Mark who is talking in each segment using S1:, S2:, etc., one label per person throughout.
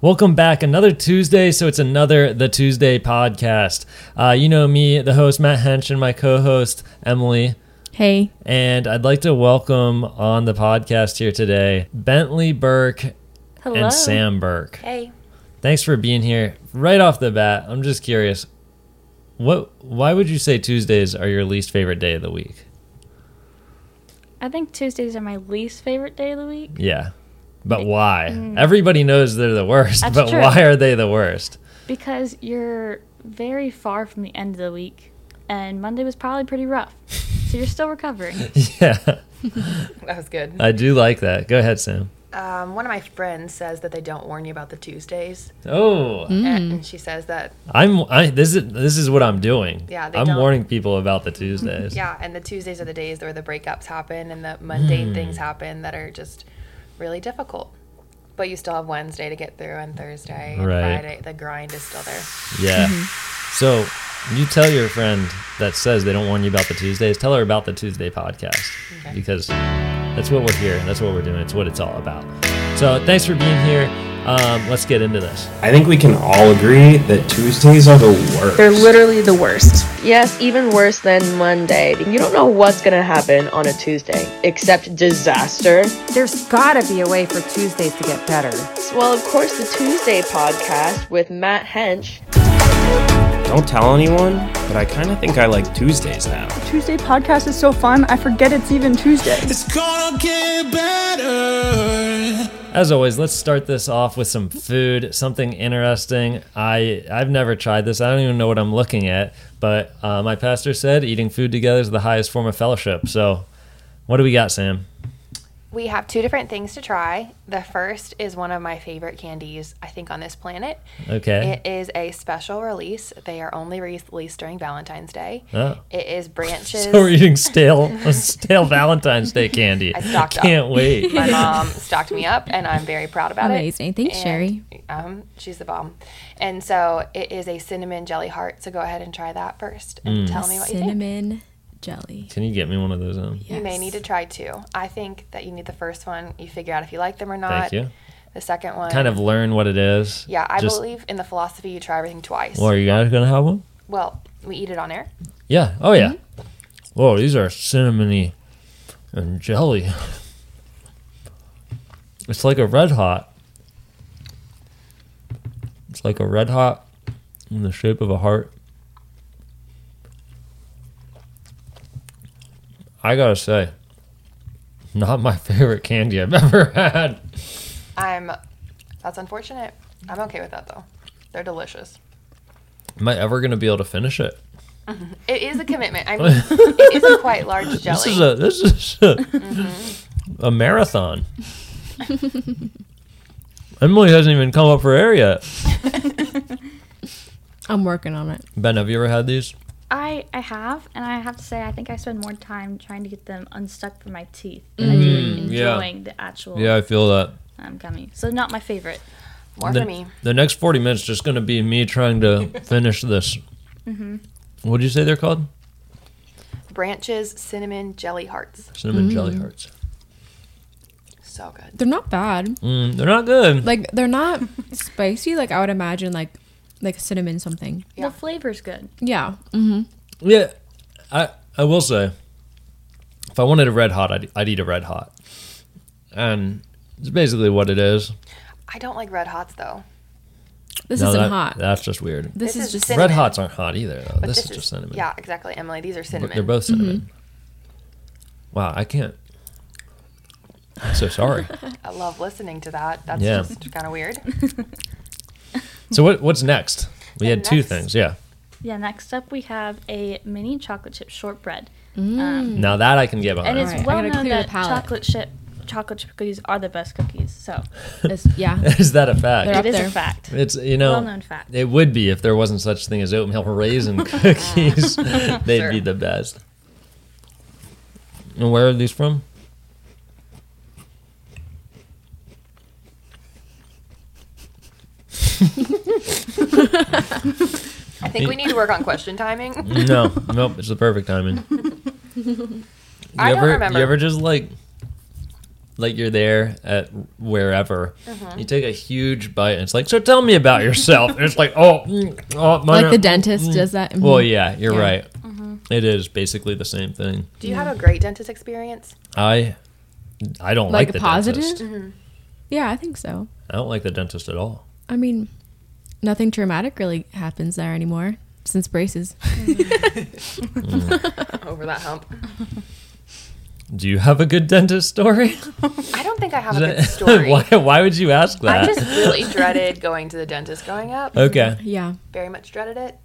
S1: Welcome back, another Tuesday. So it's another The Tuesday podcast. Uh, you know me, the host Matt Hench, and my co-host Emily.
S2: Hey.
S1: And I'd like to welcome on the podcast here today Bentley Burke
S2: Hello.
S1: and Sam Burke.
S3: Hey.
S1: Thanks for being here. Right off the bat, I'm just curious, what? Why would you say Tuesdays are your least favorite day of the week?
S3: I think Tuesdays are my least favorite day of the week.
S1: Yeah, but why? Everybody knows they're the worst,
S3: Mm.
S1: but
S3: That's true.
S1: why are they the worst?
S3: Because you're very far from the end of the week, and Monday was probably pretty rough. so you're still recovering.
S1: yeah,
S4: That was good.
S1: I do like that. Go ahead, Sam.
S4: Um, one of my friends says that they don't warn you about the Tuesdays,
S1: Oh,
S4: and, and she says that
S1: I'm. I, this is this is what I'm doing.
S4: Yeah, they
S1: I'm
S4: don't-
S1: warning people about the Tuesdays.
S4: yeah, and the Tuesdays are the days where the breakups happen and the mundane
S1: Hmm.
S4: things happen that are just really difficult. But you still have Wednesday to get through, and Thursday, and
S1: Right.
S4: Friday. The grind is still there.
S1: Yeah. So you tell your friend that says they don't warn you about the Tuesdays, tell her about the Tuesday podcast
S4: Okay.
S1: because that's what we're here. That's what we're doing. It's what it's all about. So thanks for being here. Um, let's get into this.
S5: I think we can all agree that Tuesdays are the worst.
S6: They're literally the worst. Yes, even worse than Monday. You don't know what's gonna happen on a Tuesday, except disaster.
S7: There's gotta be a way for Tuesdays to get better.
S6: Well, of course, the Tuesday podcast with Matt Hench.
S5: Don't tell anyone, but I kind of think I like Tuesdays now.
S8: Tuesday podcast is so fun. I forget it's even Tuesday.
S1: As always, let's start this off with some food, something interesting. I I've never tried this. I don't even know what I'm looking at, but uh, my pastor said eating food together is the highest form of fellowship. So, what do we got, Sam?
S4: We have two different things to try. The first is one of my favorite candies, I think, on this planet.
S1: Okay.
S4: It is a special release. They are only released during Valentine's Day.
S1: Oh.
S4: It is branches.
S1: So we're eating stale, stale Valentine's Day candy.
S4: I stocked up.
S1: Can't wait.
S4: My mom stocked me up, and I'm very proud about it.
S2: Amazing. Thanks,
S4: And,
S2: Sherry.
S4: Um, she's the bomb. And so it is a cinnamon jelly heart. So go ahead and try that first
S1: Mm.
S4: and tell me what you think.
S2: Cinnamon jelly.
S1: Can you get me one of those? Um,
S4: You may need to try two. I think that you need the first one. You figure out if you like them or not.
S1: Thank you.
S4: The second one.
S1: Kind of learn what it is.
S4: Yeah, I
S1: Just-
S4: believe in the philosophy you try everything twice.
S1: Well, are you guys gonna have one?
S4: well, we eat it on air.
S1: Yeah. Oh yeah. Whoa, these are cinnamony and jelly. It's like a red hot. It's like a red hot in the shape of a heart. I gotta say, not my favorite candy I've ever had.
S4: I'm. That's unfortunate. I'm okay with that though. They're delicious.
S1: Am I ever gonna be able to finish it?
S4: It is a commitment. I mean, it is a quite large jelly.
S1: This is a this is a, a marathon. Emily hasn't even come up for air yet.
S2: I'm working on it.
S1: Ben, have you ever had these?
S3: I, I have, and I have to say, I think I spend more time trying to get them unstuck from my teeth than I do
S1: yeah.
S3: enjoying the actual
S1: Yeah, I feel that.
S3: um, gummy. So, not my favorite.
S4: More for
S1: The,
S4: me.
S1: the next forty minutes just going to be me trying to finish this.
S2: Mm-hmm.
S1: What did you say they're called?
S4: Branches cinnamon jelly hearts.
S1: Cinnamon
S2: Mm.
S1: jelly hearts.
S4: So good.
S2: They're not bad.
S1: Mm, they're not good.
S2: Like they're not spicy. Like I would imagine, like like cinnamon something.
S4: Yeah.
S3: The flavor's good.
S2: Yeah. Mm-hmm.
S1: Yeah, I I will say, if I wanted a red hot, I'd, I'd eat a red hot, and it's basically what it is.
S4: I don't like red hots though.
S2: This
S1: Now
S2: isn't
S1: that-
S2: hot.
S1: That's just weird.
S2: this,
S4: this
S2: is,
S4: is
S2: just.
S4: cin-
S1: Red
S4: Cinnamon.
S1: hots aren't hot either, though. This, is just cinnamon.
S4: Yeah, exactly, Emily. These are
S1: But
S4: cinnamon.
S1: They're both cinnamon. Wow, I can't. I'm so sorry.
S4: I love listening to that. That's
S1: Yeah.
S4: just kind of weird.
S1: so what? What's next? We had
S4: And
S1: two
S4: next-
S1: things. Yeah.
S3: Yeah, next up, we have a mini chocolate chip shortbread.
S1: Now that I can get behind.
S3: And it's
S2: Alright, I
S3: well
S2: gotta
S3: known
S2: clear the
S3: that
S2: palate.
S3: chocolate chip chocolate chip cookies are the best cookies. So
S2: It's- yeah.
S1: is that a fact?
S2: They're
S3: it is
S2: there.
S3: a fact.
S1: It's you know.
S3: Well-known fact.
S1: It would be if there wasn't such thing as oatmeal raisin cookies. They'd be the best. And where are these from?
S4: I think we need to work on question timing.
S1: No, nope. It's the perfect timing. You
S4: I don't
S1: ever,
S4: remember.
S1: You ever just like like you're there at wherever.
S4: Uh-huh.
S1: You take a huge bite, and it's like, so tell me about yourself. and it's like, oh, mm, oh my
S2: Like the dentist does that.
S1: Well,
S2: Mhm.
S1: yeah, you're
S2: Yeah.
S1: right.
S4: Uh-huh.
S1: It is basically the same thing.
S4: Do you have a great dentist experience?
S1: I, I don't like,
S2: Like
S1: the
S2: positive?
S1: dentist.
S2: Yeah, I think so.
S1: I don't like the dentist at all.
S2: I mean, nothing traumatic really happens there anymore since braces.
S4: Over that hump.
S1: Do you have a good dentist story?
S4: I don't think I have a good story.
S1: why, why would you ask
S4: I
S1: that? Oh.
S4: just really dreaded going to the dentist growing up.
S1: okay.
S2: Yeah.
S4: Very much dreaded it.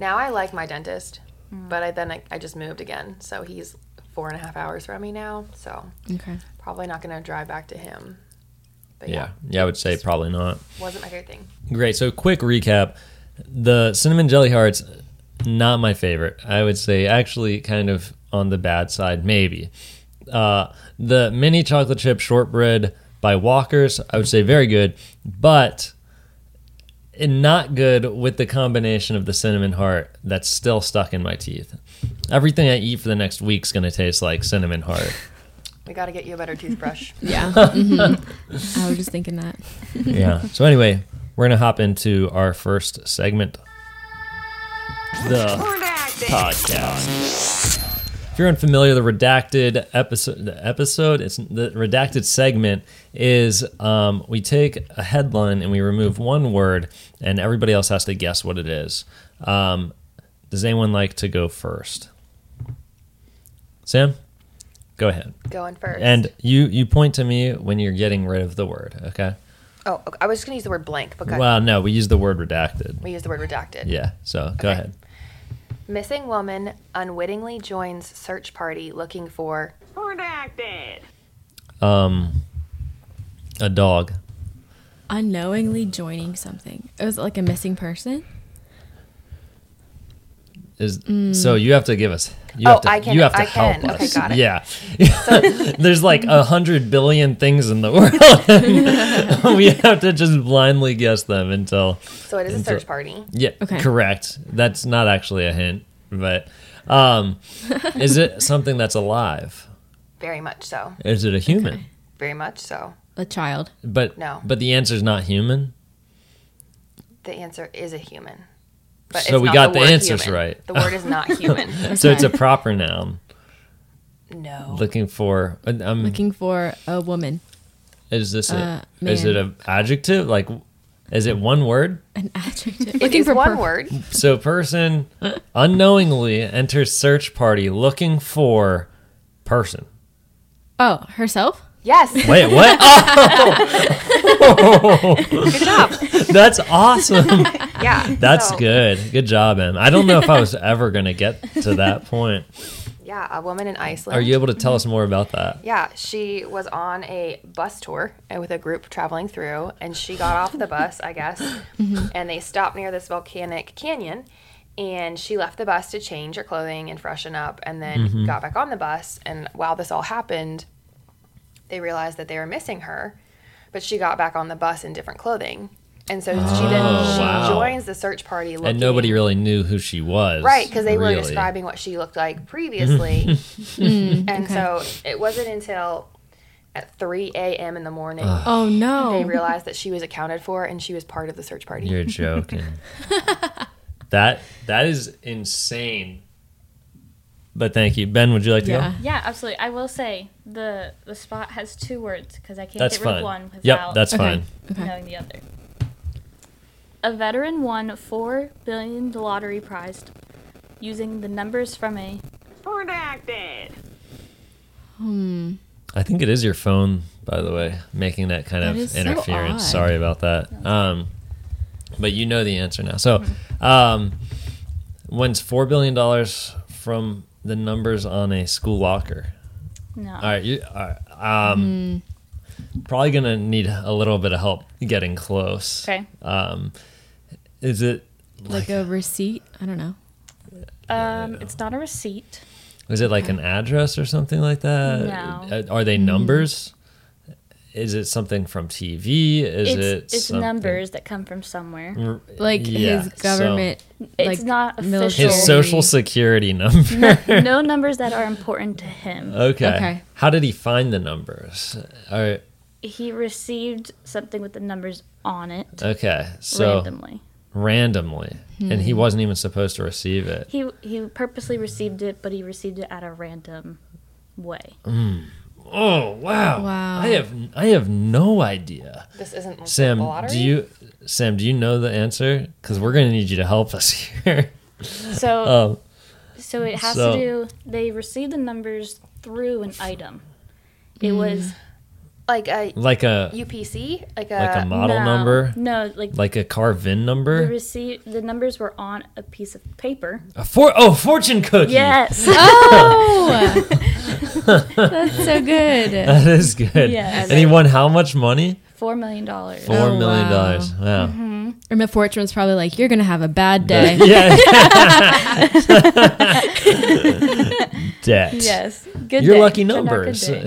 S4: Now I like my dentist, but I then I, I just moved again, so he's four and a half hours from me now. So
S2: Okay.
S4: probably not gonna drive back to him. But yeah,
S1: Yeah. Yeah, I would say probably not.
S4: wasn't my favorite thing.
S1: Great. So, quick recap the cinnamon jelly hearts, not my favorite. I would say actually kind of on the bad side, maybe. Uh, the mini chocolate chip shortbread by Walker's, I would say very good, but and not good with the combination of the cinnamon heart that's still stuck in my teeth. Everything I eat for the next week's going to taste like cinnamon heart.
S4: We gotta get you a better toothbrush.
S2: Yeah. Mhm. I was just thinking that.
S1: yeah. So anyway, we're gonna hop into our first segment. The podcast. If you're unfamiliar, the redacted episode, the episode, it's the redacted segment is um, we take a headline and we remove one word, and everybody else has to guess what it is. Um, does anyone like to go first? Sam, go ahead.
S4: Going first.
S1: And you you point to me when you're getting rid of the word. Okay.
S4: oh, okay. I was just gonna use the word blank because
S1: Well, no, we use the word redacted.
S4: we use the word redacted.
S1: Yeah, so go ahead.
S4: Missing woman unwittingly joins search party looking for
S1: Um, a dog.
S2: Unknowingly joining something. It was like a missing person.
S1: Is so you have to give us. You
S4: Mm. Oh,
S1: have to,
S4: I can-
S1: You have to
S4: I can.
S1: help
S4: Okay,
S1: us.
S4: got it.
S1: Yeah. There's like a hundred billion things in the world. we have to just blindly guess them until.
S4: so it is a
S1: Until-
S4: search party.
S1: Yeah.
S2: Okay.
S1: Correct. That's not actually a hint, but um, is it something that's alive?
S4: Very much so.
S1: Is it a human?
S4: Very much so.
S2: A child.
S1: But
S4: No.
S1: But the answer's not human.
S4: The answer is a human. But
S1: So we
S4: not
S1: got the
S4: word
S1: answers
S4: human.
S1: right.
S4: The word is not human.
S1: So it's a proper noun.
S4: no.
S1: Looking for. I'm
S2: Looking for a woman.
S1: Is this a,
S2: Uh,
S1: is it an adjective? Like, is it one word?
S2: An adjective.
S4: It
S2: Looking
S4: is
S2: for
S4: one
S2: per-
S4: word.
S1: So, person unknowingly enters search party looking for person.
S2: Oh, herself?
S4: Yes.
S1: Wait, what? Oh,
S4: Good job.
S1: that's awesome.
S4: Yeah.
S1: That's
S4: so,
S1: good. Good job, Em. I don't know if I was ever going to get to that point.
S4: Yeah, a woman in Iceland.
S1: Are you able to tell us more about that?
S4: Yeah, she was on a bus tour and with a group traveling through, and she got off the bus, I guess,
S1: Mm-hmm.
S4: and they stopped near this volcanic canyon. And she left the bus to change her clothing and freshen up, and then
S1: Mm-hmm.
S4: got back on the bus. And while this all happened, they realized that they were missing her, but she got back on the bus in different clothing. And so she then she
S1: Oh, wow.
S4: joins the search party. Looking,
S1: And nobody really knew who she was.
S4: Right, because they were
S1: really.
S4: describing what she looked like Hmm. previously.
S2: Mm,
S4: and so it wasn't until at 3 a.m. in the morning
S2: Oh
S4: they
S2: no.
S4: realized that she was accounted for and she was part of the search party.
S1: You're joking. that That is insane. But thank you. Ben, would you like to go?
S2: Yeah.
S3: Yeah, absolutely. I will say the the spot has two words because I can't
S1: That's
S3: get rid of
S1: fine.
S3: one
S1: Yep,
S3: without
S1: that's
S2: Okay.
S1: fine.
S3: knowing the other. A veteran won four billion lottery prize using the numbers from a
S2: Hmm.
S1: I think it is your phone, by the way, making that kind
S2: That
S1: of
S2: is so
S1: interference.
S2: odd.
S1: Sorry about that. Um, but you know the answer now. So, um, when's four billion dollars from the numbers on a school locker?
S3: no.
S1: All right, you all right, um,
S2: Hmm.
S1: probably gonna need a little bit of help getting close.
S3: Okay.
S1: Um, is it
S2: Like a receipt? I don't know.
S3: Um, it's not a receipt.
S1: is it like an address or something like that?
S2: Mm-hmm.
S3: No.
S1: Uh, Are they numbers? is it something from TV? Is it
S3: it's, it's
S1: something-
S3: numbers that come from somewhere.
S1: R-
S2: Like
S1: yeah,
S2: his
S1: so-
S2: government.
S3: It's
S2: like,
S3: not official.
S2: military-
S1: his social security number.
S3: no numbers that are important to him.
S1: okay.
S2: Okay.
S1: How did he find the numbers? All right.
S3: He received something with the numbers on it
S1: Okay. So
S3: randomly.
S1: randomly, and
S2: Hmm.
S1: he wasn't even supposed to receive it.
S3: He he purposely received it, but he received it at a random way.
S1: Oh wow!
S2: Wow.
S1: I have I have no idea.
S4: This isn't like the
S1: Sam,
S4: lottery.
S1: do you? Sam, do you know the answer? Because we're gonna need you to help us here.
S3: So
S1: um,
S3: so it has
S1: so-
S3: to do. They received the numbers through an item. It was
S4: like uh, a
S1: like a
S4: UPC, like uh, a,
S1: like a model
S3: no,
S1: number,
S3: No, like
S1: like a car VIN
S3: the
S1: number.
S3: receipt. The numbers were on a piece of paper.
S1: A for oh fortune cookie.
S3: Yes.
S2: Oh, that's so good.
S1: That is good.
S3: Yes. Oh,
S1: And he won how much money?
S3: Four million dollars.
S1: Four million
S2: wow.
S1: dollars. Wow.
S3: Mm-hmm.
S2: Or my fortune was probably like, "You're gonna have a bad day."
S1: Yeah. Debt.
S3: Yes. Good.
S1: Your
S3: day.
S1: lucky
S3: Turned out good
S1: numbers.
S3: day.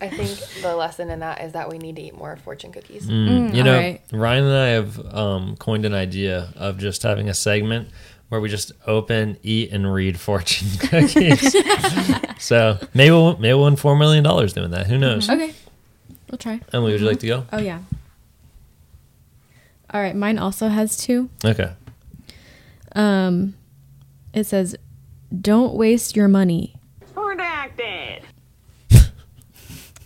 S4: I think the lesson in that is that we need to eat more fortune cookies.
S1: you know,
S2: Mm, alright.
S1: Ryan and I have um, coined an idea of just having a segment where we just open, eat, and read fortune cookies. so maybe we'll, maybe we'll win four million dollars doing that.
S2: Mm-hmm.
S1: Who knows?
S2: Okay, we'll try.
S1: Emily, would you like to go?
S2: Oh yeah. All right, mine also has two.
S1: Okay.
S2: Um, it says, "Don't waste your money."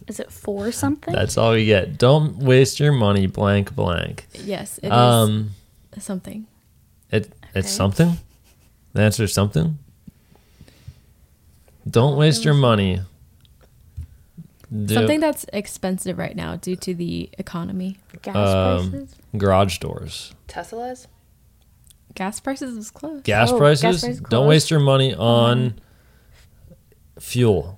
S3: Is it for something?
S1: That's all we get. Don't waste your money, blank, blank.
S2: Yes, it is
S1: Um,
S2: something.
S1: it it's something. The answer is something. Don't waste your money. Do-
S2: Mm. Something that's expensive right now due to the economy.
S3: Gas
S1: um,
S3: prices.
S1: garage doors.
S4: Teslas?
S2: Gas prices is close.
S1: Gas
S3: Oh, gas
S1: prices.
S3: price
S1: Don't
S3: close.
S1: waste your money on fuel.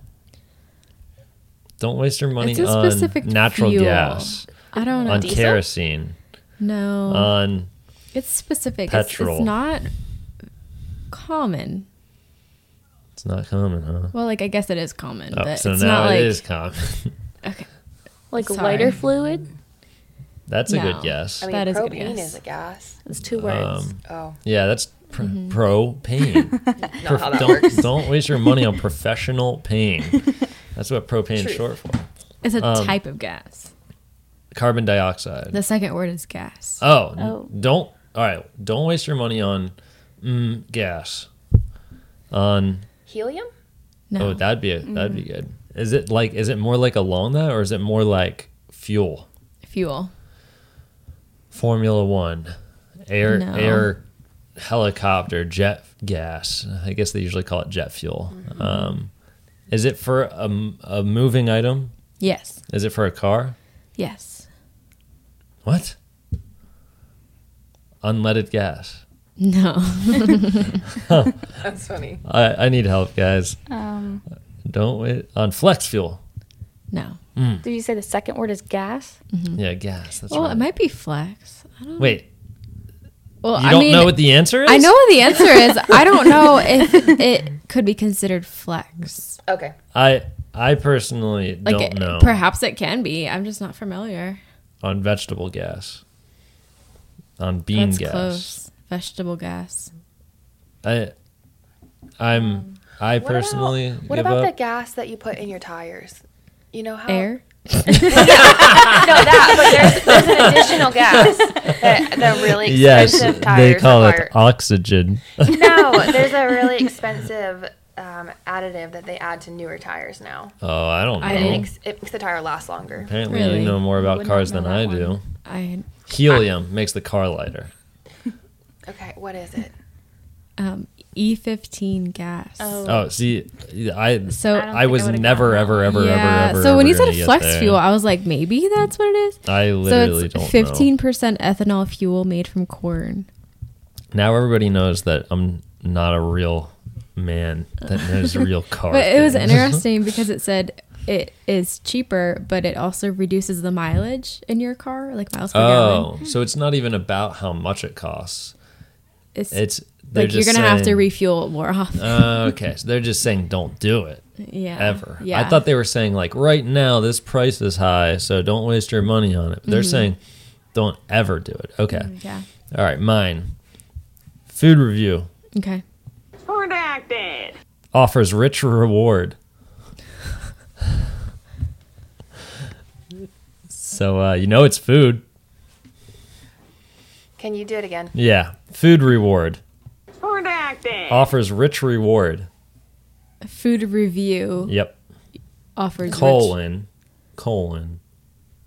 S1: Don't waste your money
S2: It's a
S1: on
S2: specific
S1: natural
S2: fuel.
S1: gas,
S2: I don't know.
S1: on Uh,
S4: Diesel?
S1: kerosene,
S2: no,
S1: on
S2: it's specific. It's- It's,
S1: petrol.
S2: not common.
S1: it's not common, huh?
S2: Well, like I guess it is common,
S1: Oh,
S2: but
S1: so
S2: it's
S1: now
S2: not like
S1: it is common.
S3: like
S2: sorry.
S3: lighter fluid.
S1: That's a
S2: No.
S1: good guess.
S4: I mean,
S2: That is a good
S4: propane
S2: guess.
S4: is a gas.
S3: It's two words.
S1: um,
S4: Oh,
S1: Yeah, that's pr- propane.
S4: not
S1: Prof-
S4: how that
S1: don't
S4: works.
S1: don't waste your money on professional pain. That's what propane's
S4: Truth.
S1: short for.
S2: it's a
S1: um,
S2: type of gas.
S1: Carbon dioxide.
S2: The second word is gas.
S1: Oh, n-
S3: Oh.
S1: don't. All right, don't waste your money on mm, gas. On
S4: Helium?
S2: no,
S1: oh, that'd be a, that'd be good. Is it like is it more like along that or is it more like fuel?
S2: fuel.
S1: Formula One, air
S2: No.
S1: air helicopter jet gas. I guess they usually call it jet fuel. Um, is it for a, m- a moving item?
S2: Yes.
S1: Is it for a car?
S2: Yes.
S1: What? Unleaded gas.
S2: No.
S4: That's funny.
S1: I, I need help, guys.
S3: Um,
S1: Don't wait on flex fuel.
S2: No.
S3: did you say the second word is gas?
S1: Yeah, gas. That's
S2: Well,
S1: right.
S2: it might be flex. I don't.
S1: Wait,
S2: Well,
S1: you
S2: I
S1: don't
S2: mean,
S1: know what the answer is?
S2: I know what the answer is. I don't know if it could be considered flex.
S4: Okay.
S1: I I personally
S2: Like,
S1: don't
S2: it-
S1: know
S2: perhaps it can be. I'm just not familiar.
S1: on vegetable gas. On bean
S2: That's
S1: gas.
S2: close. Vegetable gas.
S1: I
S2: Um,
S1: I'm I
S4: What
S1: personally
S4: about, what
S1: give
S4: about the
S1: up.
S4: gas that you put in your tires? You know how
S2: Air.
S3: Oh.
S4: No, that. But there's, there's an additional gas. That the really
S1: yes,
S4: expensive tires
S1: they call
S4: require.
S1: it oxygen.
S4: no, there's a really expensive um, additive that they add to newer tires now.
S1: Oh, I don't know.
S2: I
S4: And it
S2: didn't-
S4: makes, it makes the tire last longer.
S1: Apparently,
S2: Really?
S1: you know more about
S3: Would not
S1: cars
S3: know
S1: than
S3: that
S1: I do.
S3: one.
S2: Ah. I
S1: Helium makes the car lighter.
S4: Okay, what is it?
S2: um E15 gas.
S1: Oh, see, I
S2: So
S3: don't
S1: I
S3: think I
S1: was
S3: would've
S1: never,
S3: gotten
S1: ever, ever,
S2: yeah.
S1: ever, ever.
S2: so when he
S1: ever
S2: said
S1: gonna get
S2: flex
S1: there.
S2: fuel, I was like, maybe that's what it is.
S1: I
S2: so
S1: literally
S2: it's
S1: don't 15... know.
S2: 15% ethanol fuel made from corn.
S1: Now everybody knows that I'm not a real man that knows real cars.
S2: But it was interesting because it said it is cheaper, but it also reduces the mileage in your car, like miles per gallon.
S1: Oh, so it's not even about how much it costs.
S2: It's,
S1: It's they're
S2: like you're
S1: just
S2: gonna have to
S1: saying-
S2: refuel more often.
S1: Uh, okay, so they're just saying don't do it
S2: yeah.
S1: ever.
S2: Yeah.
S1: I thought they were saying like right now this price is high, so don't waste your money on it. But they're
S2: Mm-hmm.
S1: saying don't ever do it. Okay.
S2: Mm, Yeah.
S1: All right, mine. Food review
S2: Okay.
S1: offers rich reward. so uh, you know it's food.
S4: Can you do it again?
S1: Yeah, food reward. Offers rich reward.
S2: Food review
S1: Yep.
S2: offers rich-
S1: colon colon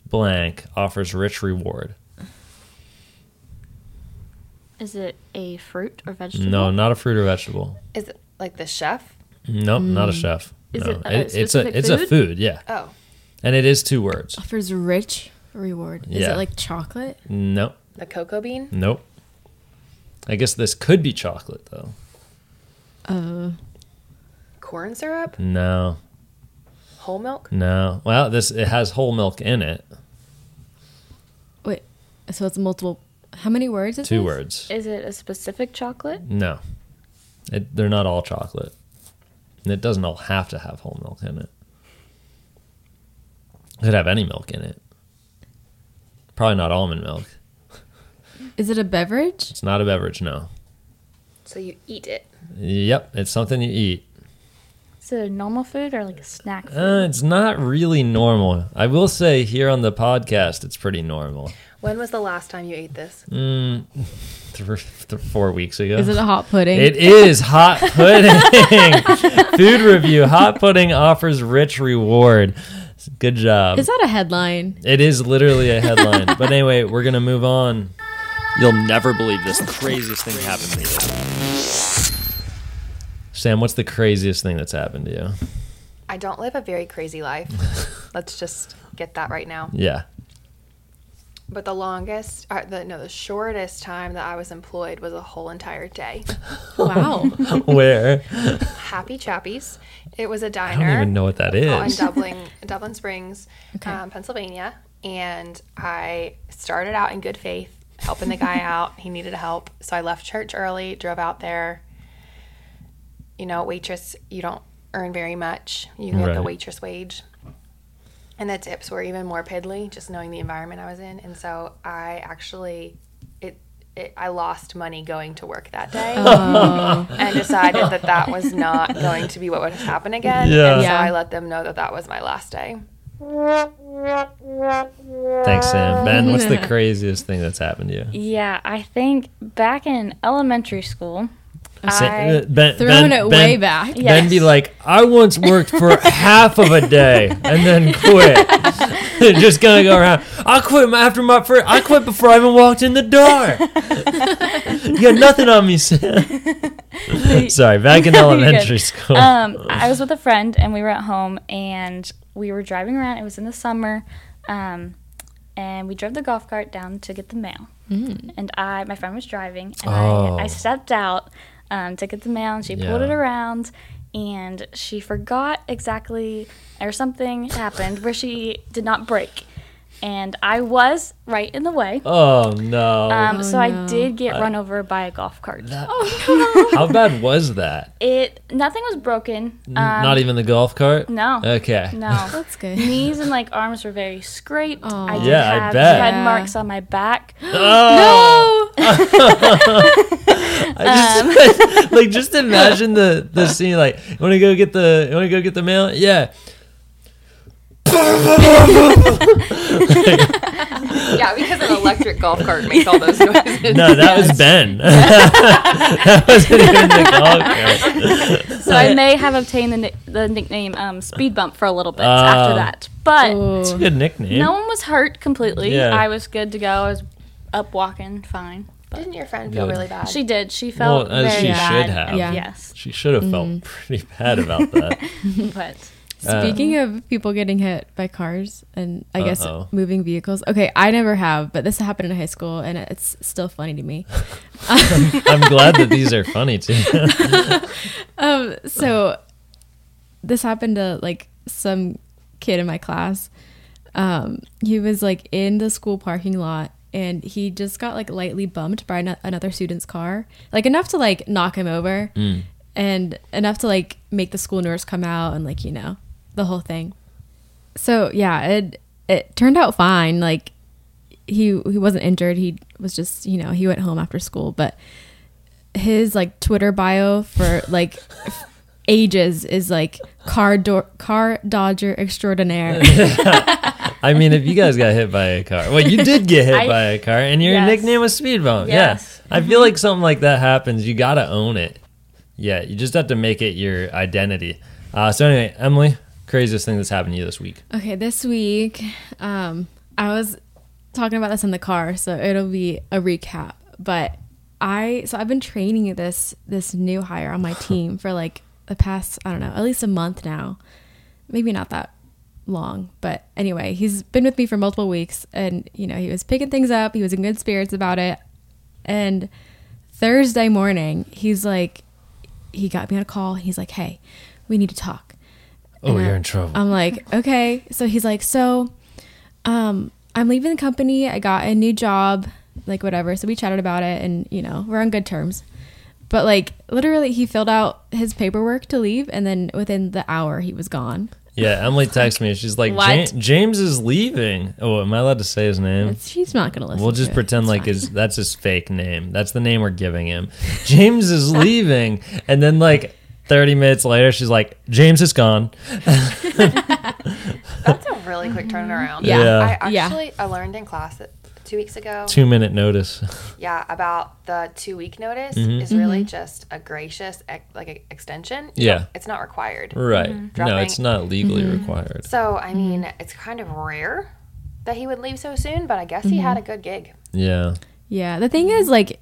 S1: blank offers rich reward.
S3: Is it a fruit or vegetable?
S1: No, not a fruit or vegetable.
S4: Is it like the chef?
S1: Nope, not a chef.
S3: Mm. Is
S1: no,
S3: it a
S1: it's a
S3: specific
S1: it's a
S3: food?
S1: food. Yeah,
S4: Oh,
S1: and it is two words.
S2: offers rich reward. Is
S1: Yeah.
S2: it like chocolate?
S1: Nope,
S4: the cocoa bean?
S1: nope. I guess this could be chocolate though.
S2: Uh,
S4: Corn syrup?
S1: No,
S4: Whole milk?
S1: no. Well, this it has whole milk in it.
S2: wait. So it's multiple. How many words is
S1: Two
S2: this?
S1: words.
S3: Is it a specific chocolate?
S1: No, it, they're not all chocolate, and it doesn't all have to have whole milk in it. It could have any milk in it. Probably not almond milk.
S2: Is it a beverage?
S1: It's not a beverage. No.
S4: So you eat it.
S1: Yep, it's something you eat.
S3: Is it a normal food or like a snack food?
S1: Hmm. Uh, it's not really normal. I will say here on the podcast, it's pretty normal.
S4: When was the last time you ate this?
S1: Mm, th- th- four weeks ago.
S2: Is it a hot pudding?
S1: it is hot pudding. Food review. Hot pudding offers rich reward. Good job.
S2: is that a headline?
S1: it is literally a headline. but anyway, we're going to move on.
S5: You'll never believe this. The craziest thing happened to me.
S1: Sam, what's the craziest thing that's happened to you?
S4: I don't live a very crazy life. Let's just get that right now.
S1: Yeah.
S4: But the longest, uh, the, no, the shortest time that I was employed was a whole entire day.
S2: Wow.
S1: Where?
S4: Happy Chappies. It was a
S1: I don't
S4: diner
S1: even know what that
S4: out in
S1: is.
S4: Dublin, Dublin Springs, um, Pennsylvania. And I started out in good faith, helping the guy out. He needed help. So I left church early, drove out there. You know, waitress, you don't earn very much. You get the
S1: Right.
S4: waitress wage. And the tips were even more piddly, just knowing the environment I was in. And so I actually, it, it I lost money going to work that
S2: Oh,
S4: day and decided that that was not going to be what would happen again.
S1: Yeah.
S4: And so
S2: Yeah.
S4: I let them know that that was my last day.
S1: Thanks, Sam. Ben, what's the craziest thing that's happened to you?
S3: Yeah, I think back in elementary school,
S1: Sa-
S4: I-
S1: uh, ben,
S2: Throwing
S1: Ben- Ben-
S2: it way back.
S3: Yes.
S1: Then be like, I once worked for half of a day and then quit. Just gonna go around. I quit my- after my first. I quit before I even walked in the door. you got nothing on me, Sam. Sorry, back in
S3: You're
S1: elementary
S3: good.
S1: school.
S3: um, I was with a friend and we were at home and we were driving around. It was in the summer, um, and we drove the golf cart down to get the mail. And I, my friend was driving, and
S1: Hmm. Oh.
S3: I, I stepped out um, to get the mail, and she pulled
S1: Yeah.
S3: it around, and she forgot exactly or something happened where she did not brake, and I was right in the way.
S1: oh no!
S3: Um, so I
S2: no.
S3: did get run over by a golf cart.
S1: How bad was that?
S3: It nothing was broken. Um,
S1: Not even the golf cart.
S3: no.
S1: Okay.
S3: No.
S2: That's good.
S3: Knees and like arms were very scraped. I did
S1: Yeah, I
S3: have
S1: bet.
S3: red
S2: Yeah.
S3: marks on my back.
S1: Oh,
S2: Oh,
S1: I
S3: um,
S1: just- like just imagine the the scene. Like, you want to go get the you want to go get the mail? Yeah.
S4: Yeah, because an electric golf cart makes all those noises.
S1: No, that was Ben. that wasn't even the golf cart.
S3: So I may have obtained the, ni- the nickname um, Speed Bump for a little bit
S1: Oh.
S3: after that. But
S1: It's a good nickname.
S3: no one was hurt completely.
S1: Yeah.
S3: I was good to go. I was up walking fine.
S4: Didn't your friend feel
S1: Good.
S4: really bad?
S3: She did. She felt
S1: Well, as
S3: very
S1: she
S3: bad. Mm.
S1: should have.
S2: Yeah.
S3: Yes.
S1: She should have felt pretty bad about that.
S3: But
S2: Speaking of people getting hit by cars and I guess
S1: Uh-oh.
S2: moving vehicles. Okay, I never have, but this happened in high school and it's still funny to me.
S1: I'm glad that these are funny too.
S2: Um, so this happened to like some kid in my class. Um, he was like in the school parking lot and he just got like lightly bumped by ano- another student's car, like enough to like knock him over, and enough to like make the school nurse come out and like you know the whole thing. So yeah, it it turned out fine. Like he he wasn't injured. He was just you know he went home after school, but his like Twitter bio for like ages is like car door car dodger extraordinaire.
S1: I mean, if you guys got hit by a car, well, you did get hit
S3: I-
S1: by a car, and your
S3: Yes.
S1: nickname was Speed Bump.
S3: Yes.
S1: Yeah, I feel like something like that happens. You gotta own it. Yeah, you just have to make it your identity. Uh, so anyway, Emily, craziest thing that's happened to you this week?
S2: Okay, this week, um, I was talking about this in the car, so it'll be a recap. But I, so I've been training this this new hire on my team for like the past, I don't know, at least a month now, maybe not that long. But anyway, he's been with me for multiple weeks, and you know, he was picking things up. He was in good spirits about it, and Thursday morning, he's like, he got me on a call. He's like, "Hey, we need to talk."
S1: Oh,
S2: And I-
S1: you're in trouble.
S2: I'm like, okay. So he's like, so um, I'm leaving the company. I got a new job, like whatever. So we chatted about it and, you know, we're on good terms. But like literally he filled out his paperwork to leave and then within the hour he was gone.
S1: yeah, Emily texts me. She's like,
S3: What?
S1: "Ja- James is leaving. Oh, am I allowed to say his name?
S2: It's- She's not going to listen.
S1: Hmm. We'll just
S2: to it.
S1: pretend
S2: It's
S1: like
S2: fine.
S1: his that's his fake name. That's the name we're giving him. James is leaving, and then like thirty minutes later, she's like, "James is gone."
S4: That's a really quick turnaround.
S1: Yeah. Yeah.
S4: I
S2: Yeah.
S4: actually I learned in class that two weeks ago.
S1: Two minute notice.
S4: Yeah, about the two week notice
S1: Mm-hmm.
S4: is really just a gracious ec- like a extension. You
S1: Yeah.
S4: don't- it's not required.
S1: Right. No,
S2: mm,
S4: Dropping-
S1: it's not legally
S2: Mm-hmm.
S1: required.
S4: So I mean, it's kind of rare that he would leave so soon, but I guess he had a good gig.
S1: Yeah.
S2: Yeah. The thing is like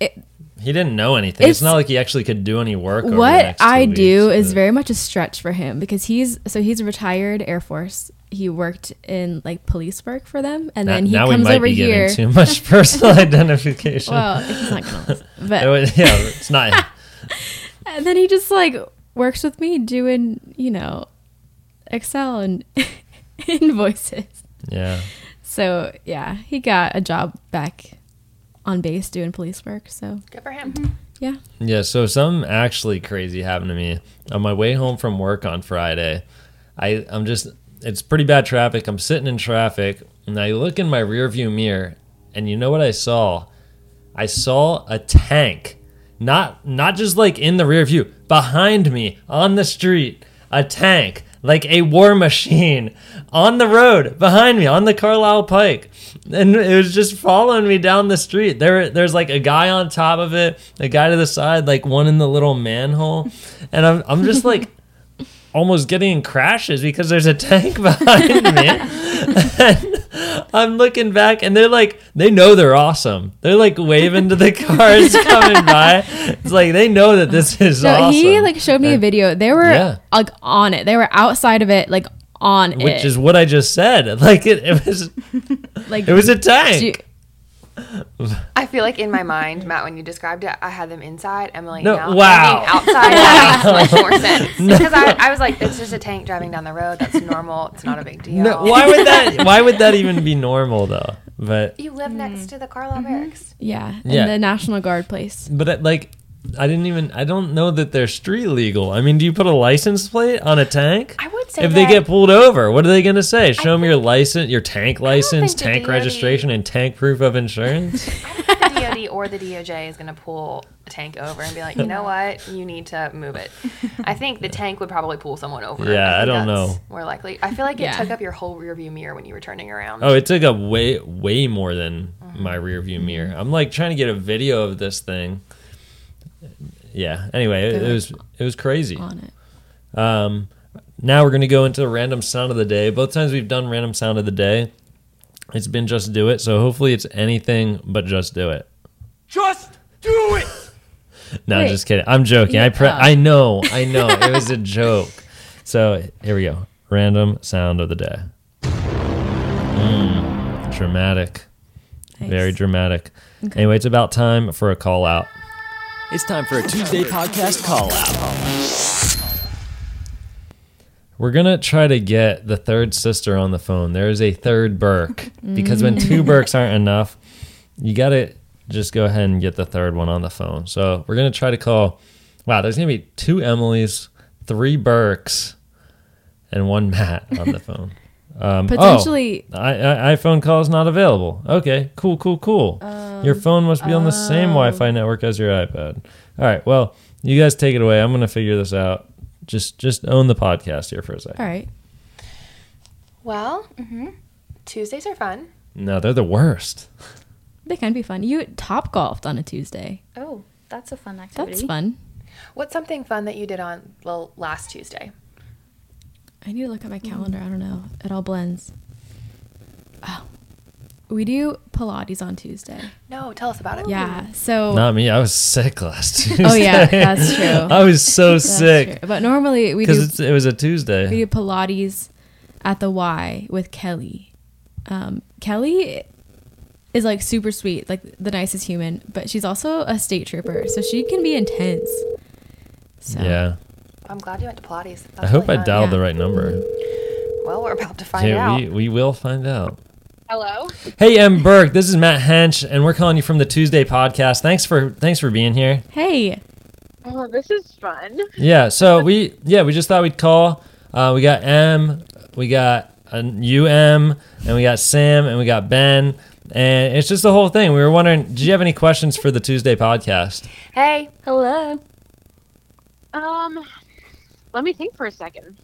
S1: He didn't know anything. It's,
S2: It's-
S1: not like he actually could do any work. over the
S2: what
S1: next two
S2: I do
S1: weeks,
S2: is
S1: but-
S2: very much a stretch for him because he's so he's a retired Air Force. He worked in like police work for them and
S1: Now,
S2: then he
S1: now
S2: comes
S1: we might
S2: over
S1: be
S2: here.
S1: getting too much personal identification.
S2: Well, he's not gonna listen.
S1: It
S2: But
S1: was- yeah, it's not.
S2: and then he just like works with me doing, you know, Excel and invoices.
S1: Yeah.
S2: So yeah, he got a job back on base doing police work. So
S1: Oh,
S4: Good for him.
S2: yeah.
S1: Yeah, so something actually crazy happened to me on my way home from work on Friday. I I'm just it's pretty bad traffic. I'm sitting in traffic and I look in my rearview mirror and you know what I saw? I saw a tank. Not not just like in the rear view, behind me on the street, a tank like a war machine on the road behind me on the Carlisle Pike. And it was just following me down the street. There there's like a guy on top of it, a guy to the side, like one in the little manhole. And I'm I'm just like almost getting in crashes because there's a tank behind me. And I'm looking back and they're like they know they're awesome. They're like waving to the cars coming by. It's like they know that this is
S2: So
S1: awesome.
S2: he like showed me a video. They were
S1: Yeah.
S2: like on it. They were outside of it, like on
S1: which
S2: it.
S1: is what I just said. Like it, it was
S2: like
S1: it was a tank.
S2: do-
S4: I feel like in my mind, Matt, when you described it, I had them inside. Emily,
S1: No,
S4: now,
S1: wow.
S4: I mean, outside that makes much more sense because I, I was like, it's just a tank driving down the road. That's normal. It's not a big deal.
S1: No, why would that? Why would that even be normal though? But
S4: You live next to the Carlisle Barracks.
S2: yeah, in
S1: Yeah.
S2: the National Guard place.
S1: but it, like, I didn't even. I don't know that they're street legal. I mean, do you put a license plate on a tank?
S4: I would say
S1: If they
S4: that-
S1: get pulled over, what are they going to say? Show them your license, your tank license,
S4: the
S1: tank
S4: DoD
S1: registration, and tank proof of insurance.
S4: the DOD or the DOJ is going to pull a tank over and be like, you know what, you need to move it. I think the tank would probably pull someone over.
S1: Yeah, I
S4: think
S1: don't
S4: that's
S1: know.
S4: More likely, I feel like it
S2: Yeah.
S4: took up your whole rearview mirror when you were turning around.
S1: oh, it took up way, way more than my rear view mirror. I'm like trying to get a video of this thing. Yeah. Anyway, it, it was it was crazy.
S2: On it.
S1: Um, now we're going to go into random sound of the day. Both times we've done random sound of the day, it's been just do it. So hopefully it's anything but just do it. Just do it. no,
S2: Wait.
S1: just kidding. I'm joking. I pre- I know. I know. it was a joke. So here we go. Random sound of the day. Mm, dramatic. Very dramatic. Anyway, it's about time for a call out.
S9: It's time for a Tuesday podcast call out.
S1: We're gonna try to get the third sister on the phone. There is a third Burke because when two Burks aren't enough, you got to just go ahead and get the third one on the phone. So we're going to try to call. Wow, there's going to be two Emilys, three Burks, and one Matt on the phone. Um, oh,
S2: Potentially-
S1: I, I, iPhone call is not available. Okay, cool, cool, cool.
S2: Um,
S1: your phone must be on the same Wi Fi network as your iPad. All right, well, you guys take it away. I'm going to figure this out. Just, just own the podcast here for a second.
S2: All right.
S4: Well, mm-hmm. Tuesdays are fun.
S1: No, they're the worst.
S2: They can be fun. You top golfed on a Tuesday.
S3: Oh, that's a fun activity.
S2: That's fun.
S4: What's something fun that you did on l- last Tuesday?
S2: I need to look at my calendar. I don't know. It all blends. Oh. We do Pilates on Tuesday.
S4: No, tell us about it.
S2: Yeah. So
S1: Not me. I was sick last Tuesday.
S2: Oh yeah, that's true.
S1: I was so
S2: That's
S1: sick
S2: true. But normally we do
S1: because it was a Tuesday.
S2: we do Pilates at the Y with Kelly. Um, Kelly is like super sweet, like the nicest human, but she's also a state trooper, so she can be intense. So
S1: Yeah.
S4: I'm glad you went to Pilates. That's
S1: I hope
S4: really
S1: I
S4: fun.
S1: dialed
S2: Yeah.
S1: the right number.
S4: Well, we're about to find
S1: Yeah,
S4: out.
S1: we, we will find out.
S4: Hello.
S1: Hey, M. Burke. This is Matt Hench, and we're calling you from the Tuesday podcast. Thanks for thanks for being here.
S2: Hey,
S6: Oh, this is fun.
S1: Yeah. So we yeah we just thought we'd call. Uh, we got M, we got uh, UM, and we got Sam, and we got Ben, and it's just the whole thing. We were wondering, did you have any questions for the Tuesday podcast?
S4: Hey.
S3: Hello.
S6: Um, let me think for a second.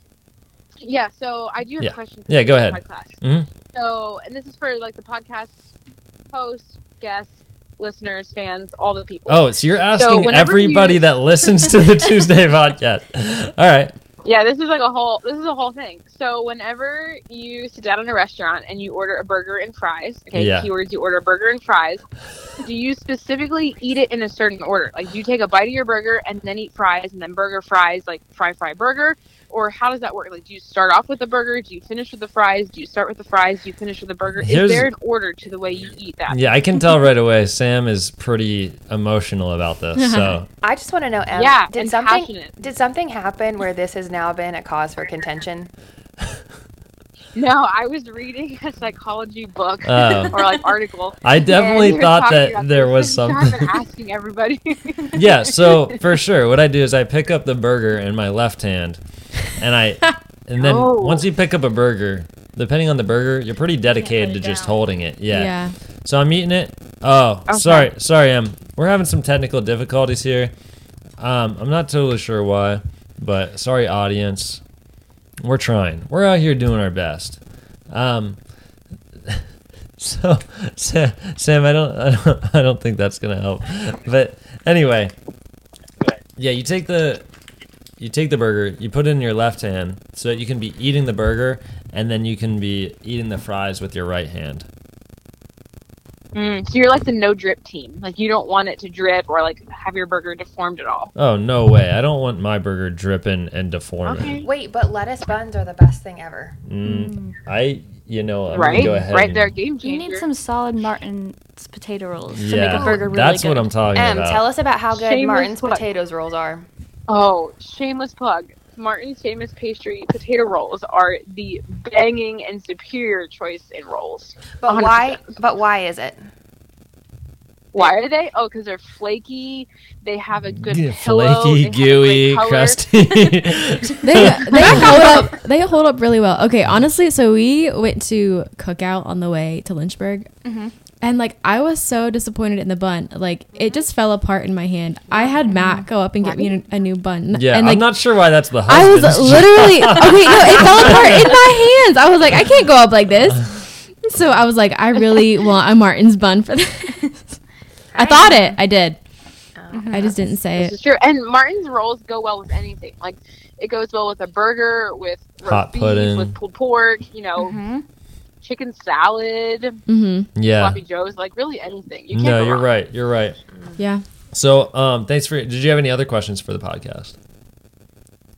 S6: Yeah, so I do have
S1: Yeah.
S6: a question.
S1: Yeah, go
S6: the
S1: ahead.
S6: Podcast.
S1: Mhm.
S6: So, and this is for like the podcast hosts, guests, listeners, fans, all the people.
S1: Oh, so you're asking
S6: whenever
S1: everybody
S6: you-
S1: that listens to the Tuesday podcast. All right.
S6: Yeah, this is like a whole. This is a whole thing. So whenever you sit down in a restaurant and you order a burger and fries, okay,
S1: Yeah.
S6: keywords you order a burger and fries. do you specifically eat it in a certain order? Like, do you take a bite of your burger and then eat fries and then burger fries, like fry fry burger, or how does that work? Like, do you start off with the burger? Do you finish with the fries? Do you start with the fries? Do you finish with the burger?
S1: Here's-
S6: Is there an order to the way you eat that?
S1: Yeah, I can tell right away. Sam is pretty emotional about this. So
S4: I just want to know, Em,
S6: Yeah,
S4: did
S6: and
S4: something
S6: passionate.
S4: did something happen where this has now been a cause for contention?
S6: No, I was reading a psychology book
S1: Oh.
S6: or like article.
S1: I definitely
S6: and we were
S1: thought
S6: talking
S1: that
S6: about
S1: there
S6: this,
S1: was
S6: and I've been
S1: something.
S6: asking everybody.
S1: yeah, so for sure, what I do is I pick up the burger in my left hand, and I, and then
S6: Oh.
S1: once you pick up a burger, depending on the burger, you're pretty dedicated to
S3: it
S1: just
S3: down.
S1: holding it. Yeah.
S2: Yeah.
S1: So I'm eating it. Oh, sorry, sorry, Em. We're having some technical difficulties here. Um, I'm not totally sure why, but sorry, audience. We're trying. We're out here doing our best. Um, so Sam, Sam, I don't, I don't, I don't think that's gonna help. But anyway, yeah, you take the you take the burger, you put it in your left hand so that you can be eating the burger, and then you can be eating the fries with your right hand.
S6: Mm, so you're like the no drip team. Like you don't want it to drip or like have your burger deformed at all.
S1: Oh no way! I don't want my burger dripping and deforming.
S6: Okay.
S4: Wait, but lettuce buns are the best thing ever.
S1: Mm, I, you know, I'm gonna
S6: right?
S1: go ahead.
S6: Right
S1: and-
S6: there, game
S3: You
S6: changer.
S3: need some solid Martin's potato rolls to
S1: Yeah,
S3: make a burger really
S1: that's
S3: good.
S1: what I'm talking
S4: Em,
S1: about.
S4: tell us about how good
S6: Shameless
S4: Martin's
S6: plug.
S4: potatoes rolls are.
S6: oh, shameless plug. Martin's famous pastry potato rolls are the banging and superior choice in rolls.
S4: But
S6: 100%.
S4: why? But why is it?
S6: Why are they? Oh, because they're flaky. They have a good
S1: Yeah,
S6: pillow, they
S1: Flaky,
S6: have a great
S1: gooey,
S6: color.
S1: crusty.
S2: they they hold up they hold up really well. Okay, honestly, so we went to cookout on the way to Lynchburg, and like I was so disappointed in the bun. Like it just fell apart in my hand. I had Matt go up and get me a, a new bun.
S1: yeah,
S2: and, like,
S1: I'm not sure why that's the
S2: I was
S1: husband's job.
S2: literally okay. No, it fell apart in my hands. I was like, I can't go up like this. So I was like, I really want a Martin's bun for this. I thought it. I did. I just didn't say
S6: This
S2: it.
S6: is true. And Martin's rolls go well with anything. Like it goes well with a burger, with roast
S1: Hot
S6: beef,
S1: pudding. Mm-hmm.
S6: with pulled pork. You know, chicken salad.
S2: hmm
S1: Yeah.
S6: Sloppy Joe's, like really anything. You can't
S1: No,
S6: go
S1: you're
S6: wrong.
S1: right. You're right.
S2: Yeah.
S1: So, um, thanks for. Did you have any other questions for the podcast?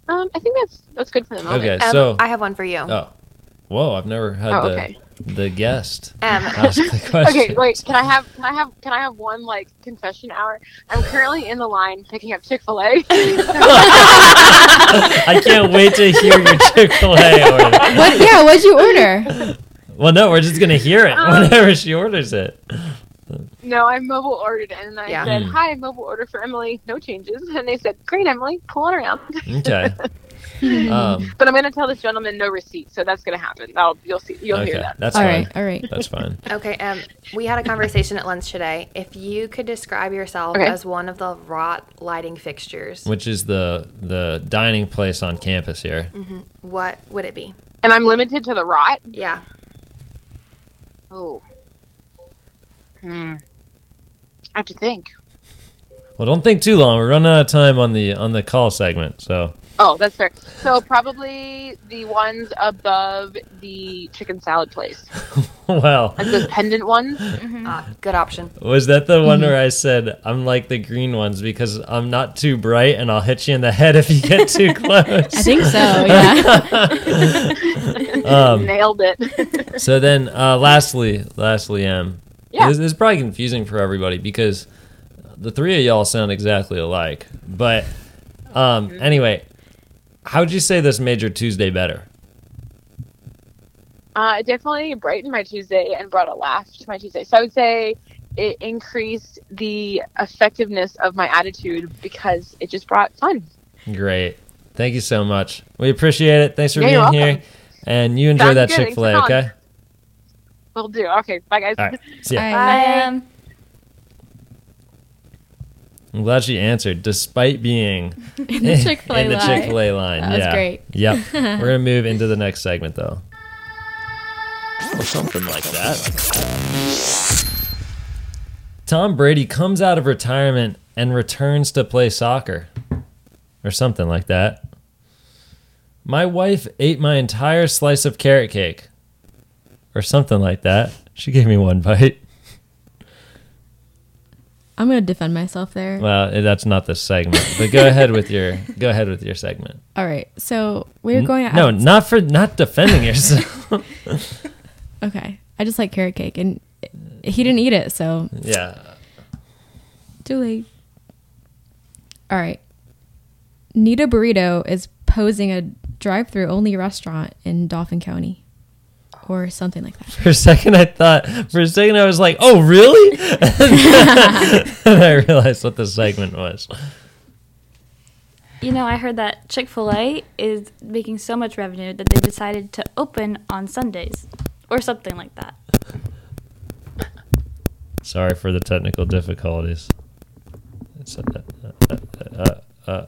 S6: Um, I think that's that's good for the moment.
S1: Okay,
S4: Em,
S1: so
S4: um, I have one for you.
S1: oh, whoa, I've never had
S6: Oh,
S1: the
S6: okay.
S1: the guest
S4: Em,
S1: ask the question.
S6: Okay, wait. Can I have can I have can I have one like confession hour? I'm currently in the line picking up Chick Fil A.
S1: I can't wait to hear your Chick Fil A order.
S2: What? Yeah. What'd you order?
S1: Well, no, we're just gonna hear it whenever she orders it.
S6: No, I mobile ordered and I
S4: Yeah.
S6: said,
S1: Mm.
S6: Hi, mobile order for Emily, no changes. And they said, Great, Emily, pull on around.
S1: Okay. Um,
S6: But I'm going to tell this gentleman no receipt, so that's going to happen. That'll, you'll see, you'll hear
S1: okay.
S6: that.
S1: That's
S2: All
S1: fine.
S2: right, all right.
S1: That's fine.
S4: Okay, um, we had a conversation at lunch today. If you could describe yourself
S6: Okay.
S4: as one of the rot lighting fixtures,
S1: Which is the the dining place on campus here.
S4: what would it be?
S6: And I'm limited to the rot.
S4: Yeah.
S6: Oh. Hmm. I have to think.
S1: Well, don't think too long. We're running out of time on the on the call segment. So
S6: Oh, that's fair. So probably the ones above the chicken salad place,
S1: wow.
S6: like those pendant ones.
S1: Mm-hmm.
S4: Ah, good option.
S1: Was that the
S2: Mm-hmm.
S1: one where I said I'm like the green ones because I'm not too bright and I'll hit you in the head if you get too close?
S2: I think so. Yeah.
S1: Um.
S6: Nailed it.
S1: So then, uh, lastly, lastly, M.
S6: Yeah.
S1: This, this is probably confusing for everybody because the three of y'all sound exactly alike. But um,
S6: Mm-hmm.
S1: anyway, how would you say this made your Tuesday better?
S6: uh, it definitely brightened my Tuesday and brought a laugh to my Tuesday. So I would say it increased the effectiveness of my attitude because it just brought fun.
S1: Great. Thank you so much. We appreciate it. Thanks for
S6: Yeah,
S1: being
S6: you're
S1: here.
S6: welcome.
S1: And you enjoy
S6: Sounds
S1: that
S6: good. Thanks
S1: Chick fil A,
S6: for
S1: okay?
S6: Will do. Okay, bye guys.
S1: All right. See ya.
S2: All right.
S3: I um,
S1: I'm glad she answered despite being
S2: In the Chick Fil A
S1: in the
S2: line.
S1: Chick fil A line.
S2: That was
S1: yeah.
S2: great.
S1: Yep. We're going to move into the next segment, though.
S9: Or something like that.
S1: Tom Brady comes out of retirement and returns to play soccer or something like that. My wife ate my entire slice of carrot cake or something like that. She gave me one bite.
S2: I'm gonna defend myself there.
S1: Well, that's not the segment. But go ahead with your go ahead with your segment.
S2: All right. So we are going out.
S1: No, not for not defending yourself.
S2: Okay. I just like carrot cake, and he didn't eat it, so
S1: yeah.
S2: too late. All right. Nita Burrito is posing a drive-through only restaurant in Dauphin County, or something like that.
S1: For a second I thought for a second I was like, "Oh, really?" and I realized what the segment was.
S3: you know, I heard that Chick Fil A is making so much revenue that they decided to open on Sundays or something like that.
S1: Sorry for the technical difficulties. It's, uh, uh, uh, uh,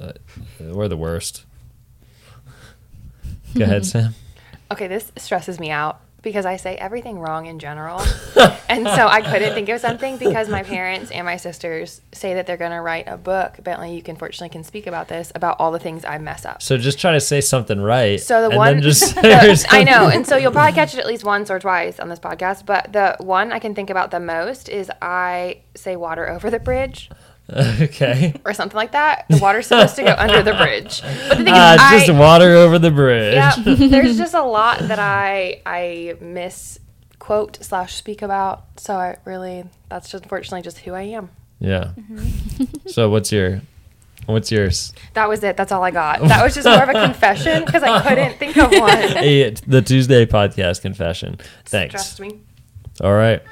S1: uh, we're the worst. Go ahead, Sam.
S4: Okay, this stresses me out because I say everything wrong in general. and so I couldn't think of something because my parents and my sisters say that they're going to write a book. Bentley, you can fortunately can speak about this about all the things I mess up.
S1: So just try to say something right.
S4: So the
S1: and
S4: one
S1: then just
S4: the- I know, and so you'll probably catch it at least once or twice on this podcast. But the one I can think about the most is I say water over the bridge
S1: okay.
S4: or something like that. The water's supposed to go under the bridge. But the thing
S1: Uh,
S4: is, I,
S1: just water over the bridge.
S4: yeah, there's just a lot that I I misquote slash speak about. So I really that's just unfortunately just who I am.
S1: Yeah. so what's your what's yours?
S4: That was it. That's all I got. That was just more of a confession because I couldn't think of one.
S1: A, the Tuesday podcast confession. Thanks.
S4: Trust me.
S1: All right.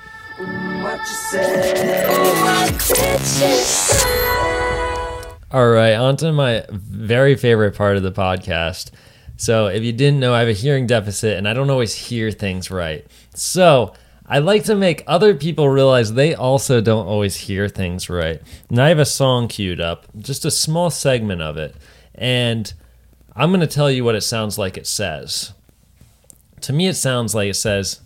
S1: All right, on to my very favorite part of the podcast. So, if you didn't know, I have a hearing deficit and I don't always hear things right. So, I like to make other people realize they also don't always hear things right. And I have a song queued up, just a small segment of it. And I'm going to tell you what it sounds like it says. To me, it sounds like it says,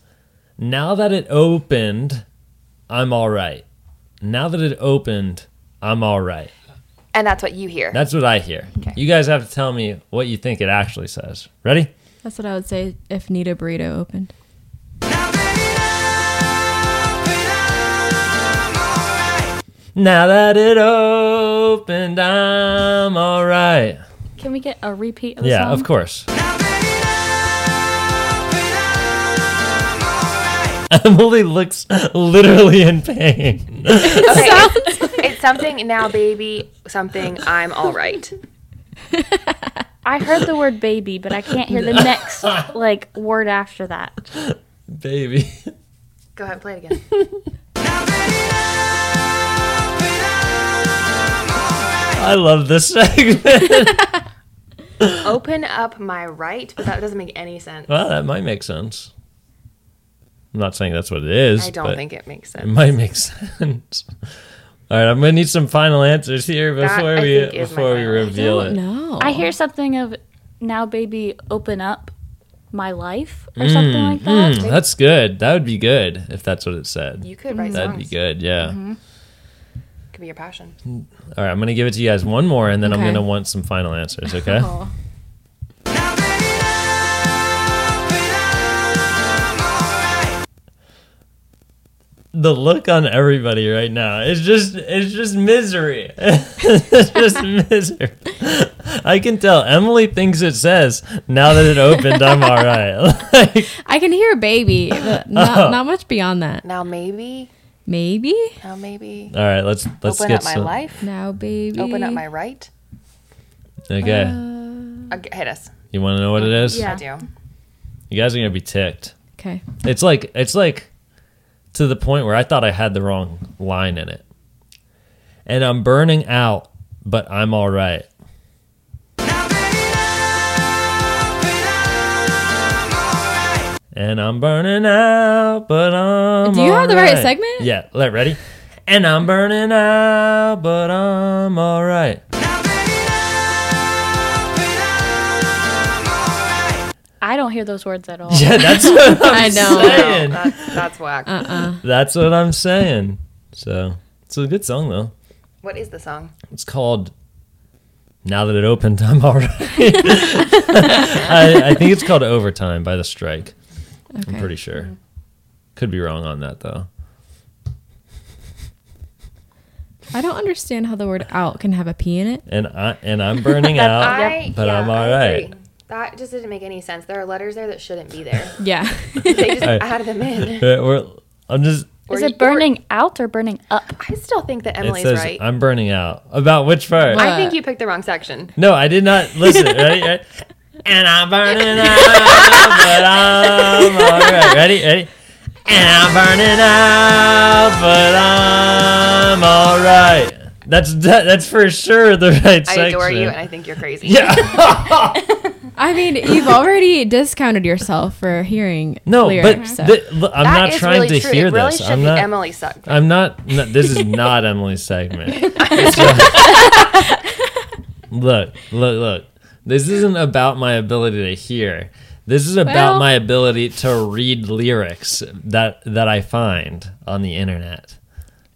S1: Now that it opened, I'm all right. Now that it opened, I'm all right.
S4: And that's what you hear.
S1: That's what I hear. You guys have to tell me what you think it actually says. Ready?
S2: That's what I would say if Nita Burrito opened.
S1: Now that it opened, I'm all right.
S3: Can we get a repeat of the
S1: Yeah,
S3: song?
S1: of course. Emily looks literally in pain.
S4: Okay, it's, it's something now, baby. Something I'm all right.
S3: I heard the word baby, but I can't hear the next like word after that.
S1: Baby.
S4: Go ahead, play it again.
S1: I love this segment.
S4: Open up my right, but that doesn't make any sense.
S1: well, that might make sense. I'm not saying that's what it is.
S4: I don't
S1: but Mm,
S4: think it makes
S1: it
S4: sense.
S1: might make sense. All right, I'm gonna need some final answers here
S4: That,
S1: before
S4: I
S1: we
S4: think, is my
S1: before we
S4: final answer.
S1: reveal it.
S2: No.
S3: I hear something of now, baby, open up my life or something like that.
S1: Mm, that's good. That would be good if that's what it said.
S4: You could write
S1: That'd be
S4: songs.
S1: good. Yeah.
S4: Mm-hmm. Could be your passion.
S1: All right, I'm gonna give it to you guys one more, and then I'm
S2: Okay.
S1: gonna want some final answers. Okay.
S2: Oh.
S1: the look on everybody right now it's just it's just misery it's just misery i can tell emily thinks it says now that it opened i'm all right like,
S2: I can hear a baby, but not,
S1: Oh.
S2: not much beyond that.
S4: Now maybe,
S2: Maybe
S4: now maybe.
S1: all right let's let's
S4: open
S1: get
S4: up my
S1: some
S4: life.
S2: now, baby.
S4: Open up my right.
S1: okay
S4: Okay, hit us.
S1: you want to know what it is
S3: Yeah.
S4: I do.
S1: you guys are gonna be ticked
S2: Okay.
S1: it's like it's like to the point where i thought i had the wrong line in it and i'm burning out but i'm all right And I'm burning out, but I'm.
S2: Do you have the right
S1: alright.
S2: segment?
S1: Yeah. Let ready. And I'm burning out, but I'm all right.
S3: I don't hear those words at all.
S1: Yeah, that's what I'm
S2: I know.
S1: saying.
S4: That's, that's whack.
S1: Uh. That's what I'm saying. So it's a good song though.
S4: What is the song?
S1: It's called. Now that it opened, I'm all right. I, I think it's called Overtime by The Strike. I'm
S2: Okay.
S1: pretty
S4: Mm-hmm.
S1: sure. Could be wrong on that though.
S2: I don't understand how the word out can have a P in it.
S1: And I and I'm burning out.
S4: I,
S1: But I'm
S4: I
S1: alright.
S4: agree. That just didn't make any sense. There are letters there that shouldn't be there.
S2: Yeah.
S4: They just
S1: Alright.
S4: added them in.
S1: Uh, we're- I'm just.
S4: Or
S3: Is
S4: you-
S3: it burning out or burning up?
S4: I still think that
S1: It
S4: Emily's
S1: says
S4: right.
S1: I'm burning out. About which part?
S4: I
S2: Uh,
S4: think you picked the wrong section.
S1: No, I did not listen. Ready? Ready? And I'm burning out, but I'm all right. Ready? Ready? And I'm burning out, but I'm all right. That's that, that's for sure the right
S4: I
S1: section.
S4: adore you, and I think you're crazy.
S1: yeah.
S2: I mean, you've already discounted yourself for hearing
S1: no, but
S2: lyrics. so-
S1: th- look, I'm
S4: That
S1: not
S4: is
S1: trying to
S4: really true.
S1: hear
S4: it really
S1: this.
S4: Should
S1: I'm
S4: be
S1: not.
S4: Emily sucked.
S1: I'm not. No, this is not Emily's segment. look, look, look. This isn't about my ability to hear. This is about
S2: Well-
S1: my ability to read lyrics that that I find on the internet.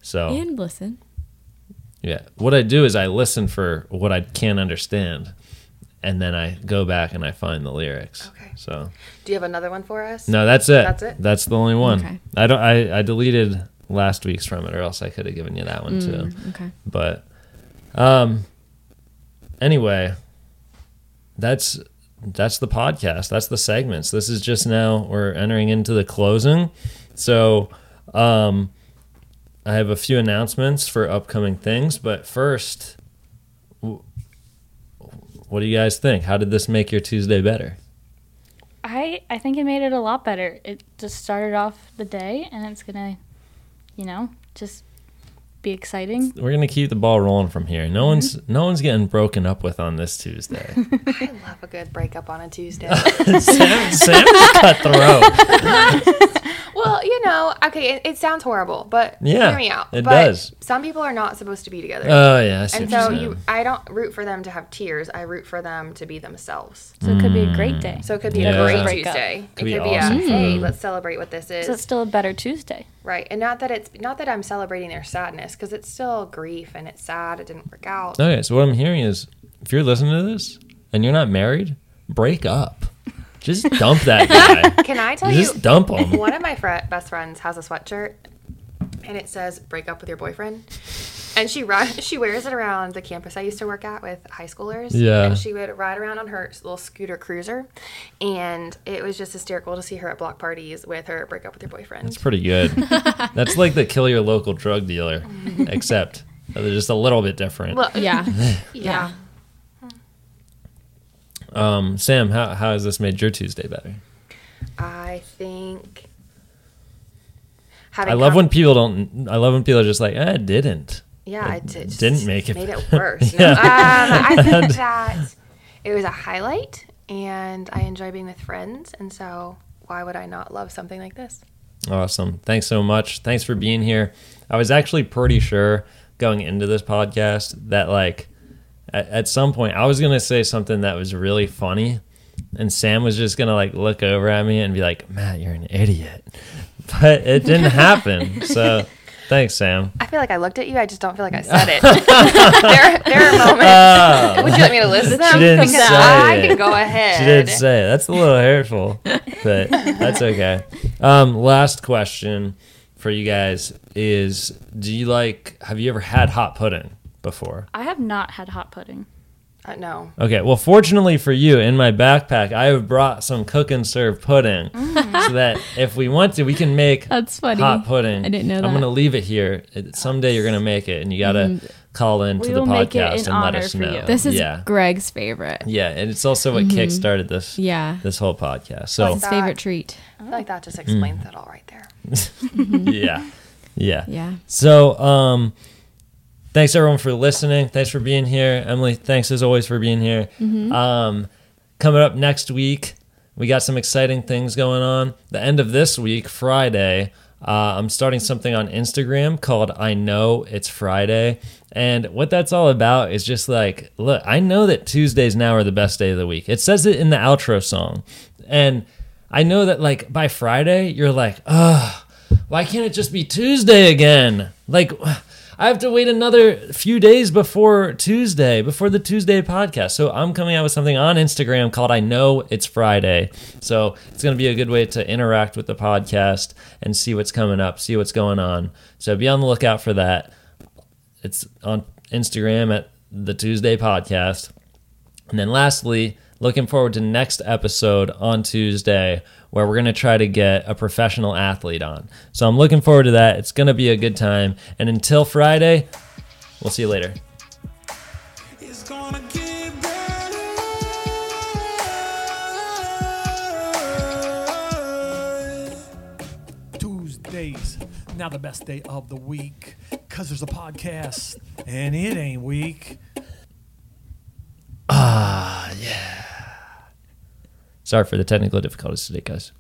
S1: So
S2: and listen.
S1: yeah, what I do is I listen for what I can understand, and then I go back and I find the lyrics.
S4: Okay.
S1: So
S4: Do you have another one for us?
S1: no, that's it.
S4: That's it?
S1: That's the only one.
S2: Okay.
S1: I don't. I, I deleted last week's from it, or else I could have given you that one
S4: Mm.
S1: too.
S2: Okay.
S1: But um anyway, that's that's the podcast. That's the segments. This is just now we're entering into the closing. So um I have a few announcements for upcoming things, but first w- what do you guys think? How did this make your Tuesday better?
S3: I I think it made it a lot better. It just started off the day, and it's gonna, you know, just be exciting.
S1: We're going to keep the ball rolling from here. No one's no one's getting broken up with on this Tuesday.
S4: I love a good breakup on a Tuesday.
S1: Sam, Sam's cutthroat.
S4: well, you know, okay, it, it sounds horrible, but
S1: Yeah,
S4: hear me out.
S1: it
S4: but
S1: does.
S4: Some people are not supposed to be together.
S1: Oh yeah, I see
S4: and
S1: what you're
S4: so
S1: saying.
S4: you, I don't root for them to have tears. I root for them to be themselves.
S3: So it could be a great day.
S4: So it could be
S1: Yeah.
S4: a great
S3: Break up.
S4: Tuesday.
S1: Could
S4: it
S1: be
S4: could
S1: awesome Mm.
S4: be
S1: for
S4: a hey,
S1: them.
S4: let's celebrate what this is,
S3: So it's still a better Tuesday.
S4: right? And not that it's not that I'm celebrating their sadness because it's still grief and it's sad. It didn't work out.
S1: Okay, so what I'm hearing is if you're listening to this and you're not married, break up. Just dump that guy.
S4: Can I tell you?
S1: Just dump him.
S4: One of my fri best friends has a sweatshirt, and it says "Break up with your boyfriend." And she run, she wears it around the campus I used to work at with high schoolers.
S1: Yeah.
S4: And she would ride around on her little scooter cruiser, and it was just hysterical to see her at block parties with her "Break up with your boyfriend."
S1: It's pretty good. That's like the kill your local drug dealer, except they're just a little bit different.
S4: Well,
S2: Yeah.
S4: yeah.
S1: Um, Sam, how, how has this made your Tuesday better?
S4: I think. Having
S1: I love
S4: con-
S1: when people don't. I love when people are just like, eh, I didn't.
S4: Yeah, I did.
S1: didn't make it
S4: Made
S1: better.
S4: it worse. No,
S1: Yeah.
S4: um, I
S1: And-
S4: think that it was a highlight, and I enjoy being with friends, and so why would I not love something like this?
S1: Awesome. Thanks so much. Thanks for being here. I was actually pretty sure going into this podcast that, like, at, at some point I was going to say something that was really funny, and Sam was just going to, like, look over at me and be like, Matt, you're an idiot. But it didn't happen. So thanks, Sam.
S4: I feel like I looked at you. I just don't feel like I said it. there, there are moments. Would you like me to list them?
S1: Uh, didn't
S4: because
S1: say
S4: I
S1: it.
S4: can go
S1: She
S4: ahead.
S1: did say it. that's a little hurtful, but that's okay. Um, last question for you guys is: Do you like? Have you ever had hot pudding before?
S3: I have not had hot pudding.
S4: Uh, no.
S1: Okay. Well, fortunately for you, in my backpack, I have brought some cook and serve pudding, so that if we want to, we can make
S2: That's funny.
S1: hot pudding.
S2: Oh, I didn't know
S1: I'm
S2: that.
S1: gonna leave it here. It- Someday you're gonna make it, and you gotta call into
S3: We
S1: the
S3: will make it
S1: podcast
S3: in
S1: and let
S3: honor
S1: us
S3: for
S1: know.
S3: you.
S2: This is
S1: yeah,
S2: Greg's favorite.
S1: yeah, and it's also what kickstarted this
S2: Yeah.
S1: this whole podcast. So
S2: His favorite treat.
S4: I feel like that
S1: Mm.
S4: just explains it all right there.
S1: yeah, yeah,
S2: Yeah.
S1: So, um, thanks everyone for listening. Thanks for being here, Emily. Thanks as always for being here. Um, coming up next week, we got some exciting things going on. The end of this week, Friday, uh, I'm starting something on Instagram called "I Know It's Friday," and what that's all about is just like, look, I know that Tuesdays now are the best day of the week. It says it in the outro song, and I know that like by Friday, you're like, ugh why can't it just be Tuesday again? Like, I have to wait another few days before Tuesday, before the Tuesday podcast. So I'm coming out with something on Instagram called I Know It's Friday. So it's going to be a good way to interact with the podcast and see what's coming up, see what's going on. So be on the lookout for that. It's on Instagram at the Tuesday podcast. And then lastly, looking forward to next episode on Tuesday where we're going to try to get a professional athlete on. So I'm looking forward to that. It's going to be a good time. And until Friday, we'll see you later.
S9: It's gonna get better.
S10: Tuesdays, now the best day of the week, because there's a podcast and it ain't weak.
S1: Sorry for the technical difficulties today, guys.